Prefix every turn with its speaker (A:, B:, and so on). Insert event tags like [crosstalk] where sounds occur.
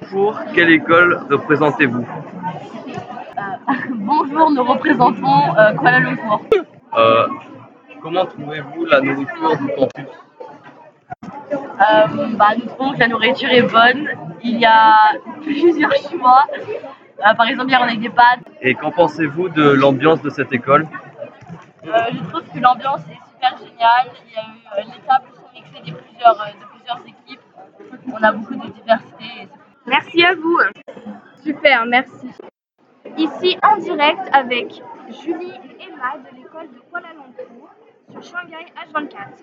A: Bonjour, quelle école représentez-vous
B: Euh, [laughs] bonjour, nous représentons euh, Kuala Lumpur.
A: Euh, Comment trouvez-vous la nourriture du campus
B: Euh, bah, nous trouvons que la nourriture est bonne. Il y a [laughs] plusieurs choix. Euh, par exemple, hier, on a eu des pâtes.
A: Et qu'en pensez-vous de l'ambiance de cette école
B: Euh, je trouve que l'ambiance est super géniale. Il y a eu euh, les tables sont mixées de plusieurs, euh, de plusieurs équipes. On a beaucoup de diversité. et c'est-
C: Merci à vous. Super, merci. Ici en direct avec Julie et Emma de l'école de Kuala Lumpur sur Shanghai H24.